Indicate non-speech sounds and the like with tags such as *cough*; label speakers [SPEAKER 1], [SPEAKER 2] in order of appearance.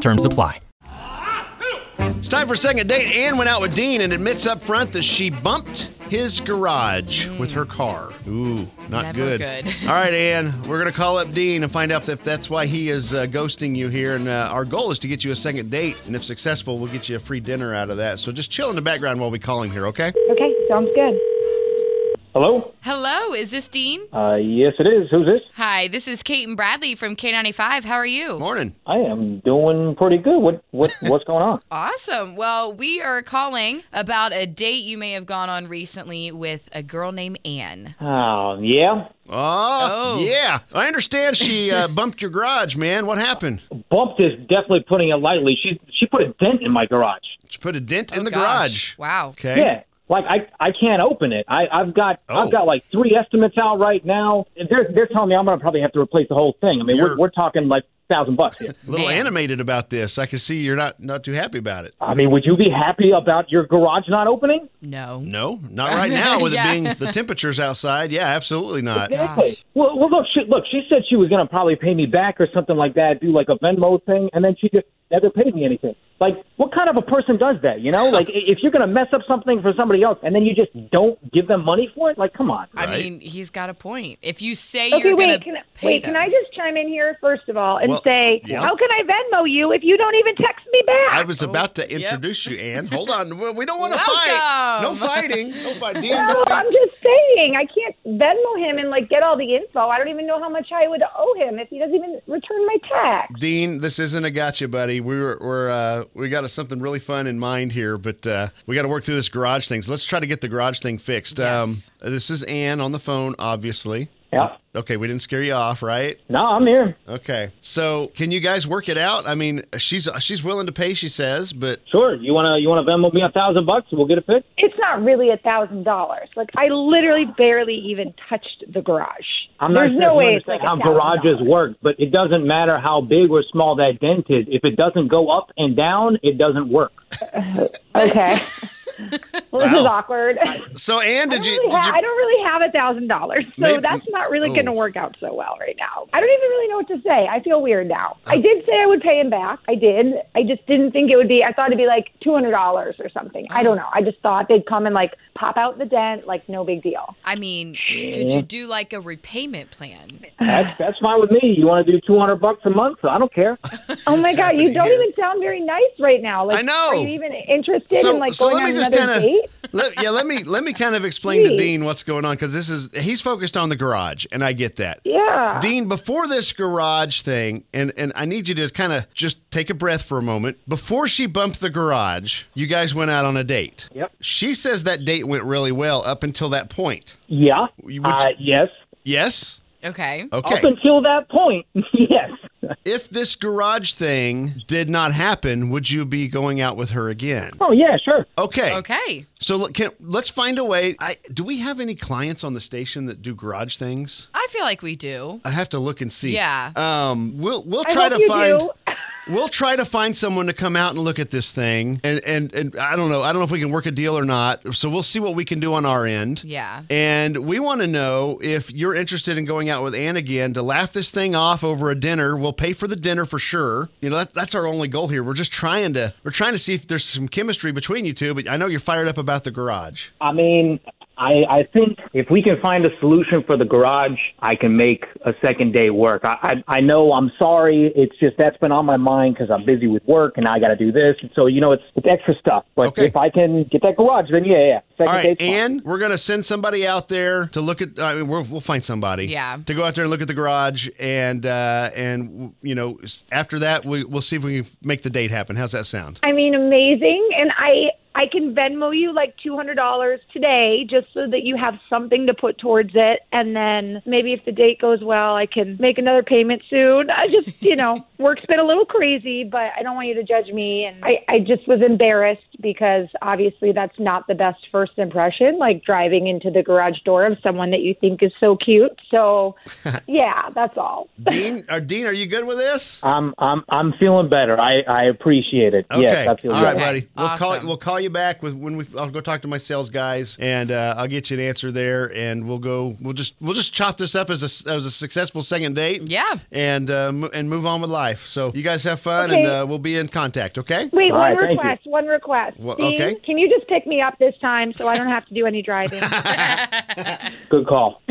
[SPEAKER 1] Terms apply.
[SPEAKER 2] It's time for second date. Anne went out with Dean and admits up front that she bumped his garage with her car. Ooh, not
[SPEAKER 3] Never
[SPEAKER 2] good.
[SPEAKER 3] good.
[SPEAKER 2] *laughs* All right, Anne, we're going to call up Dean and find out if that's why he is uh, ghosting you here. And uh, our goal is to get you a second date. And if successful, we'll get you a free dinner out of that. So just chill in the background while we call him here, okay?
[SPEAKER 4] Okay, sounds good.
[SPEAKER 5] Hello?
[SPEAKER 3] Hello, is this Dean?
[SPEAKER 5] Uh, yes, it is. Who's this?
[SPEAKER 3] Hi, this is Kate and Bradley from K95. How are you?
[SPEAKER 2] Morning.
[SPEAKER 5] I am doing pretty good. What what *laughs* what's going on?
[SPEAKER 3] Awesome. Well, we are calling about a date you may have gone on recently with a girl named Anne.
[SPEAKER 5] Oh yeah,
[SPEAKER 2] Oh,
[SPEAKER 3] Oh.
[SPEAKER 2] yeah. I understand she
[SPEAKER 3] *laughs*
[SPEAKER 2] uh, bumped your garage, man. What happened?
[SPEAKER 5] bumped is definitely putting it lightly. She she put a dent in my garage.
[SPEAKER 2] She put a dent in
[SPEAKER 3] Oh,
[SPEAKER 2] the
[SPEAKER 3] gosh.
[SPEAKER 2] garage.
[SPEAKER 3] Wow.
[SPEAKER 2] Okay.
[SPEAKER 5] Yeah, like I I can't open it. I I've got
[SPEAKER 2] Oh.
[SPEAKER 5] I've got like three estimates out right now. They're they're telling me I'm gonna probably have to replace the whole thing. I mean
[SPEAKER 2] You're-
[SPEAKER 5] we're we're talking like thousand bucks here.
[SPEAKER 2] A little
[SPEAKER 3] Man.
[SPEAKER 2] animated about this. I can see you're not not too happy about it.
[SPEAKER 5] I mean, would you be happy about your garage not opening?
[SPEAKER 3] No.
[SPEAKER 2] No, not
[SPEAKER 3] *laughs*
[SPEAKER 2] right now with
[SPEAKER 3] Yeah.
[SPEAKER 2] it being the temperatures outside. Yeah, absolutely not.
[SPEAKER 5] Exactly. Well, well, look, she, look. She said she was going to probably pay me back or something like that, do like a Venmo thing, and then she just never paid me anything. Like, what kind of a person does that? You
[SPEAKER 4] *laughs*
[SPEAKER 5] know, like i- if you're going to mess up something for somebody else and then you just don't give them money for it, like, come on.
[SPEAKER 3] I
[SPEAKER 2] Right.
[SPEAKER 3] mean, he's got a point. If you say
[SPEAKER 4] Okay,
[SPEAKER 3] you're going
[SPEAKER 4] wait,
[SPEAKER 3] to
[SPEAKER 4] can,
[SPEAKER 3] pay
[SPEAKER 4] wait,
[SPEAKER 3] them.
[SPEAKER 4] can I just chime in here first of all and
[SPEAKER 2] Well,
[SPEAKER 4] say,
[SPEAKER 2] yeah.
[SPEAKER 4] how can I Venmo you if you don't even text me back?
[SPEAKER 2] I was about to
[SPEAKER 3] yep.
[SPEAKER 2] introduce you, Anne. Hold on. We- We don't want to fight. No
[SPEAKER 3] Welcome.
[SPEAKER 2] fighting. No
[SPEAKER 3] *laughs*
[SPEAKER 2] fighting.
[SPEAKER 4] no, I'm just saying I can't Venmo him and like get all the info. I don't even know how much I would owe him if he doesn't even return my text.
[SPEAKER 2] Dean, this isn't a gotcha, buddy. We were, we're uh, we got something really fun in mind here, but uh, we got to work through this garage thing. So let's try to get the garage thing fixed.
[SPEAKER 3] Yes.
[SPEAKER 2] Um, this is Anne on the phone, obviously.
[SPEAKER 5] Yeah.
[SPEAKER 2] Okay, we didn't scare you off, right?
[SPEAKER 5] No, I'm here.
[SPEAKER 2] Okay. So, can you guys work it out? I mean, she's she's willing to pay, she says, but
[SPEAKER 5] Sure. You wanna you wanna Venmo me a thousand bucks? We'll get it fixed.
[SPEAKER 4] It's not really a thousand dollars. Like I literally barely even touched the garage.
[SPEAKER 5] I'm
[SPEAKER 4] There's
[SPEAKER 5] not sure
[SPEAKER 4] no
[SPEAKER 5] if you
[SPEAKER 4] way it's
[SPEAKER 5] understand
[SPEAKER 4] like
[SPEAKER 5] how
[SPEAKER 4] $1,000.
[SPEAKER 5] garages work, but it doesn't matter how big or small that dent is. If it doesn't go up and down, it doesn't work.
[SPEAKER 4] Okay. *laughs* well, this is
[SPEAKER 2] Wow.
[SPEAKER 4] awkward.
[SPEAKER 2] so Anne,
[SPEAKER 4] I
[SPEAKER 2] did
[SPEAKER 4] don't
[SPEAKER 2] you?
[SPEAKER 4] really
[SPEAKER 2] Did
[SPEAKER 4] ha-
[SPEAKER 2] you
[SPEAKER 4] I don't really have a thousand dollars, so
[SPEAKER 2] Maybe-
[SPEAKER 4] that's not really
[SPEAKER 2] Oh.
[SPEAKER 4] going to work out so well right now. I don't even really know what to say. I feel weird now. I did say I would pay him back. I did. I just didn't think it would be. I thought it'd be like two hundred dollars or something.
[SPEAKER 2] Oh.
[SPEAKER 4] I don't know. I just thought they'd come and like pop out the dent, like no big deal.
[SPEAKER 3] I mean, could you do like a repayment plan?
[SPEAKER 5] That's that's fine with me. You want to do two hundred bucks a month? I don't care.
[SPEAKER 4] Oh my god, you don't
[SPEAKER 2] here?
[SPEAKER 4] even sound very nice right now. Like,
[SPEAKER 2] I know.
[SPEAKER 4] Are you even interested in like going on another
[SPEAKER 2] kinda-
[SPEAKER 4] date?
[SPEAKER 2] let, yeah, let me let me kind of explain to
[SPEAKER 4] Please.
[SPEAKER 2] Dean what's going on because this is he's focused on the garage, and I get that.
[SPEAKER 4] Yeah.
[SPEAKER 2] Dean, before this garage thing, and and I need you to kind of just take a breath for a moment. Before she bumped the garage, you guys went out on a date.
[SPEAKER 5] Yep.
[SPEAKER 2] She says that date went really well up until that point.
[SPEAKER 5] Yeah.
[SPEAKER 2] Which-
[SPEAKER 5] uh, yes.
[SPEAKER 2] Yes.
[SPEAKER 3] Okay.
[SPEAKER 2] Okay.
[SPEAKER 5] Up until that point, *laughs* yes.
[SPEAKER 2] If this garage thing did not happen, would you be going out with her again?
[SPEAKER 5] Oh yeah, sure.
[SPEAKER 4] Oh.
[SPEAKER 2] Okay.
[SPEAKER 3] Okay.
[SPEAKER 2] So look, can, let's find a way. I, do we have any clients on the station that do garage things?
[SPEAKER 3] I feel like we do.
[SPEAKER 2] I have to look and see.
[SPEAKER 3] Yeah.
[SPEAKER 2] Um, we'll we'll
[SPEAKER 4] I
[SPEAKER 2] try
[SPEAKER 4] hope
[SPEAKER 2] to
[SPEAKER 4] you
[SPEAKER 2] find
[SPEAKER 4] do. *laughs*
[SPEAKER 2] we'll try to find someone to come out and look at this thing. And and and I don't know. I don't know if we can work a deal or not. So we'll see what we can do on our end.
[SPEAKER 3] Yeah.
[SPEAKER 2] And we want to know if you're interested in going out with Ann again to laugh this thing off over a dinner. We'll pay for the dinner for sure. You know, that, that's our only goal here. We're just trying to we're trying to see if there's some chemistry between you two. But I know you're fired up about the garage.
[SPEAKER 5] I mean, I I think if we can find a solution for the garage, I can make a second day work. I I, I know I'm sorry. It's just that's been on my mind because I'm busy with work and I got to do this. And so you know, it's it's extra stuff. But
[SPEAKER 2] Okay.
[SPEAKER 5] if I can get that garage, then yeah, yeah. Second
[SPEAKER 2] All right,
[SPEAKER 5] date's fine.
[SPEAKER 2] and we're gonna send somebody out there to look at. I mean, we'll, we'll find somebody.
[SPEAKER 3] Yeah.
[SPEAKER 2] To go out there and look at the garage, and uh, and you know, s- after that, we, we'll see if we can make the date happen. How's that
[SPEAKER 3] *laughs*
[SPEAKER 2] sound?
[SPEAKER 4] I mean, amazing. And I I can Venmo you like two hundred dollars today, just so that you have something to put towards it. And then maybe if the date goes well, I can make another payment soon. I just, you know, work's been a little crazy, but I don't want you to judge me. And I I just was embarrassed because obviously that's not the best first impression, like driving into the garage door of someone that you think is so cute. So, yeah, that's all.
[SPEAKER 2] Dean, uh, Dean, are you good with this?
[SPEAKER 5] I'm I'm I'm feeling better. I I appreciate it.
[SPEAKER 2] Okay.
[SPEAKER 5] Yes, I feel
[SPEAKER 2] All right,
[SPEAKER 5] better.
[SPEAKER 2] buddy. We'll call
[SPEAKER 3] Awesome.
[SPEAKER 2] we'll call you back with when we I'll go talk to my sales guys and uh, I'll get you an answer there and we'll go we'll just we'll just chop this up as a s- as a successful second date.
[SPEAKER 3] Yeah.
[SPEAKER 2] And uh, mo- and move on with life. So you guys have fun and
[SPEAKER 4] Okay.
[SPEAKER 2] uh, we'll be in contact, okay?
[SPEAKER 4] Wait, one
[SPEAKER 5] All right, thank you.
[SPEAKER 4] request. One request.
[SPEAKER 2] Wha-
[SPEAKER 4] Dean,
[SPEAKER 2] okay.
[SPEAKER 4] Can you just
[SPEAKER 5] *laughs*
[SPEAKER 4] pick me up this time so I don't have to do any driving?
[SPEAKER 5] Good call.